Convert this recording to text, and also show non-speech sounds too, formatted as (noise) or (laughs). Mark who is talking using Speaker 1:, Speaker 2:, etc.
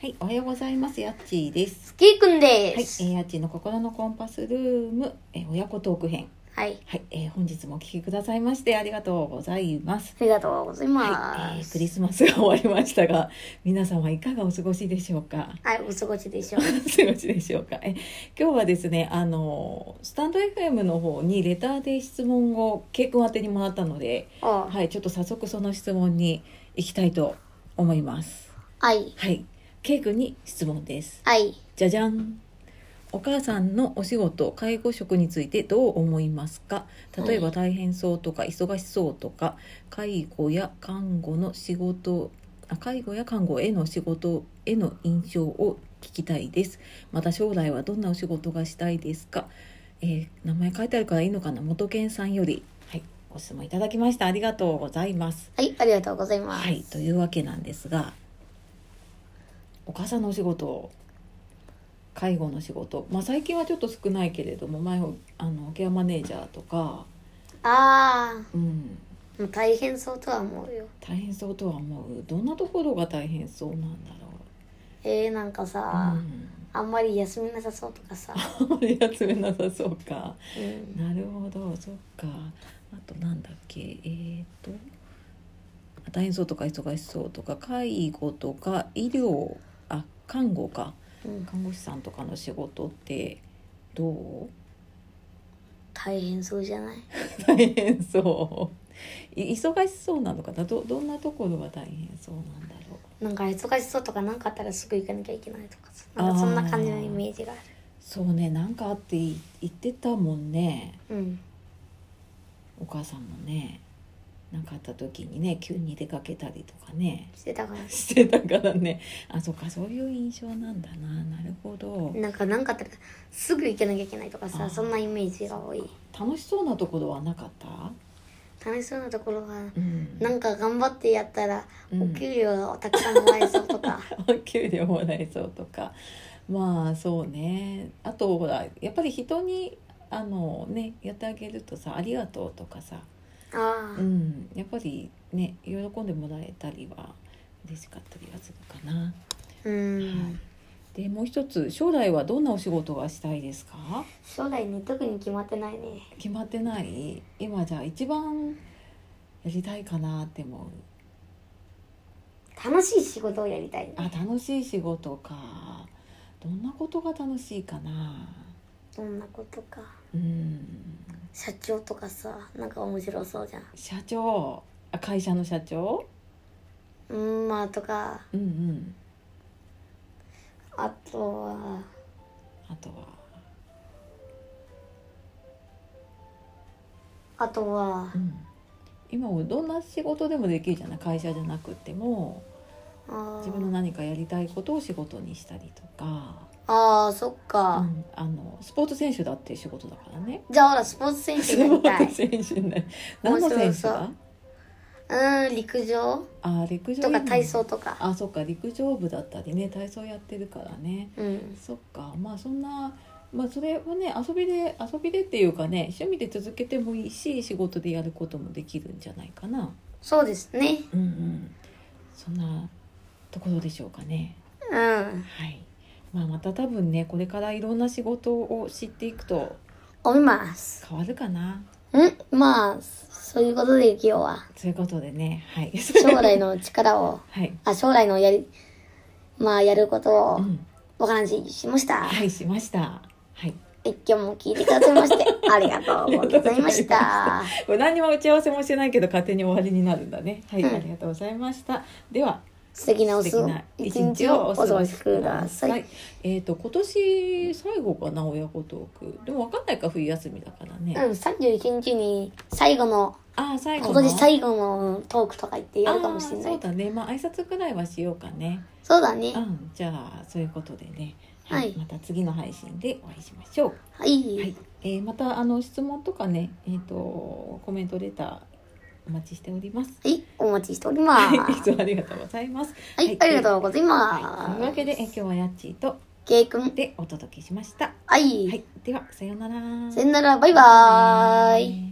Speaker 1: はい、おはようございます。やっちーです。
Speaker 2: スキーくん
Speaker 1: はい、え
Speaker 2: です。
Speaker 1: ー、やっちーの心のコンパスルーム、えー親子トーク編。
Speaker 2: はい、
Speaker 1: はい、えー本日もお聞きくださいましてありがとうございます。
Speaker 2: ありがとうござい
Speaker 1: は
Speaker 2: ま
Speaker 1: い、えー
Speaker 2: す。
Speaker 1: クリスマスが終わりましたが、皆様いかがお過ごしでしょうか。 (laughs)
Speaker 2: はい、お過ごしでしょう。
Speaker 1: お過ごしでしょうか。え、今日はですね、あのスタンド FM の方にレターで質問を結構宛てに回ったので、
Speaker 2: お
Speaker 1: はい、ちょっと早速その質問に行きたいと思います。
Speaker 2: はい、
Speaker 1: はい、ケイ君に質問です。
Speaker 2: はい。
Speaker 1: じゃじゃん。お母さんのお仕事介護職についてどう思いますか例えば大変そうとか忙しそうとか介護や看護の仕事あ介護や看護への仕事への印象を聞きたいですまた将来はどんなお仕事がしたいですか、えー名前書いてあるからいいのかな元健さんよりはいご質問いただきましたありがとうございます
Speaker 2: はい、ありがとうございます。
Speaker 1: はいというわけなんですがお母さんのお仕事介護の仕事、まあ、最近はちょっと少ないけれども前はあのケアマネージャーとか、
Speaker 2: あ
Speaker 1: うん、
Speaker 2: あ、もう大変そうとは思うよ。
Speaker 1: 大変そうとは思うどんなところが大変そうなんだ
Speaker 2: えー、なんかさ、
Speaker 1: ろう、
Speaker 2: あんまり休みなさそうとか
Speaker 1: (laughs)
Speaker 2: さ。
Speaker 1: うん、あんまり休めなさそうか
Speaker 2: うん、
Speaker 1: なるほどそっかあとなんだっけえー、っと大変そうとか忙しそうとか介護とか医療あ看護か
Speaker 2: うん、
Speaker 1: 看護師さんとかの仕事ってどう (laughs)
Speaker 2: 大変そうじゃない。
Speaker 1: 大変そうい忙しそうなのかなどどんなところが大変そうなんだろう
Speaker 2: なんか忙しそうとか、なんかあったらすぐ行かなきゃいけないとかさ。なんかそんな感じのイメージがある。
Speaker 1: そうねなんかあってい言ってたもんね
Speaker 2: うん、
Speaker 1: お母さんもねなんかあった時にね急に出かけたりとかね (laughs)
Speaker 2: してたから。
Speaker 1: してたからねあそっかそういう印象なんだななるほど
Speaker 2: なんか、なんかあったら、すぐ行かなきゃいけないとか
Speaker 1: あ
Speaker 2: さ、
Speaker 1: ー
Speaker 2: そんなイメージが多い。
Speaker 1: 楽しそうなところはなかった
Speaker 2: 楽しそうなところが。
Speaker 1: うん
Speaker 2: なんか頑張ってやったら
Speaker 1: うん
Speaker 2: お給料がたくさんもらえそう
Speaker 1: (laughs)
Speaker 2: とか、
Speaker 1: お給料もらえそうとかまあそうねあとほらやっぱり人にあのねやってあげるとさ「ありがとう」とかさ、
Speaker 2: ああ、
Speaker 1: うん、やっぱりね喜んでもらえたりは嬉しかったりはするかな。
Speaker 2: うん、
Speaker 1: でもう一つ将来はどんなお仕事がしたいですか
Speaker 2: 将来ね特に決まってないね
Speaker 1: 決まってない今じゃあ一番やりたいかなって思う
Speaker 2: 楽しい仕事をやりたいね
Speaker 1: あ楽しい仕事かどんなことが楽しいかな
Speaker 2: どんなことか
Speaker 1: うん
Speaker 2: 社長とかさなんか面白そうじゃん
Speaker 1: 社長あ会社の社長
Speaker 2: うんまあとか
Speaker 1: うんうん
Speaker 2: あとは
Speaker 1: あとは
Speaker 2: あとは
Speaker 1: う、ん今はどんな仕事でもできるじゃない会社じゃなくても
Speaker 2: あ
Speaker 1: 自分の
Speaker 2: ー
Speaker 1: 何かやりたいことを仕事にしたりとか、
Speaker 2: あーそっ
Speaker 1: う
Speaker 2: か、
Speaker 1: んあのスポーツ選手だって仕事だからね
Speaker 2: じゃあほらスポーツ選手
Speaker 1: ス
Speaker 2: に
Speaker 1: ポ
Speaker 2: な
Speaker 1: ー
Speaker 2: りたい
Speaker 1: ツ選手になる何の選手だ (laughs)
Speaker 2: うん陸上
Speaker 1: あ陸上
Speaker 2: とか
Speaker 1: 部
Speaker 2: 体操とか
Speaker 1: あそっか陸上部だったりね体操やってるからね
Speaker 2: うん
Speaker 1: そっかまあそんなまあそれはね遊びで遊びでっていうかね趣味で続けてもいいし仕事でやることもできるんじゃないかな
Speaker 2: そうですね
Speaker 1: うんうんそんなところでしょうかね
Speaker 2: うん
Speaker 1: はい、まあ、また多分ねこれからいろんな仕事を知っていくと
Speaker 2: 思います
Speaker 1: 変わるかなん
Speaker 2: まあそういうことで今日は
Speaker 1: そういうことでねはい
Speaker 2: 将
Speaker 1: (laughs)
Speaker 2: 来の力を
Speaker 1: はい、
Speaker 2: あ将来のやりまあやることを
Speaker 1: うん、
Speaker 2: お話ししました、はい
Speaker 1: はいしましたはい
Speaker 2: 今日も聞いてくださいましてありがとうございました
Speaker 1: (laughs) これ何にも打ち合わせもしてないけど勝手に終わりになるんだねはい、
Speaker 2: うん
Speaker 1: ありがとうございましたでは
Speaker 2: 素敵なおす
Speaker 1: 素敵な
Speaker 2: 一日をお過ごしください、
Speaker 1: えっ、と今年最後かな親子トークでも分かんないか冬休みだからね、
Speaker 2: うん31日に最後の
Speaker 1: ああ最後
Speaker 2: 今
Speaker 1: の
Speaker 2: 年最後のトークとか言ってやるかもしれな
Speaker 1: あーそ
Speaker 2: いう
Speaker 1: だねまあ挨拶くらいはしようかね
Speaker 2: そうだね
Speaker 1: うんじゃあそういうことでね
Speaker 2: はい
Speaker 1: また次の配信でお会いしましょ
Speaker 2: は
Speaker 1: う、
Speaker 2: い、
Speaker 1: はいえーまたあの質問とかねえっ、とコメントレターお待ちしております
Speaker 2: はい、お待ちしております
Speaker 1: はい、いつもありがとうございます。
Speaker 2: はい、ありがと
Speaker 1: う
Speaker 2: うございま
Speaker 1: は
Speaker 2: す、
Speaker 1: い、というわけで、え今日はやっちーと
Speaker 2: ケイ君
Speaker 1: でお届けしました。
Speaker 2: は、
Speaker 1: はいい、ではさようなら。
Speaker 2: さよならバイバーイ
Speaker 1: イ。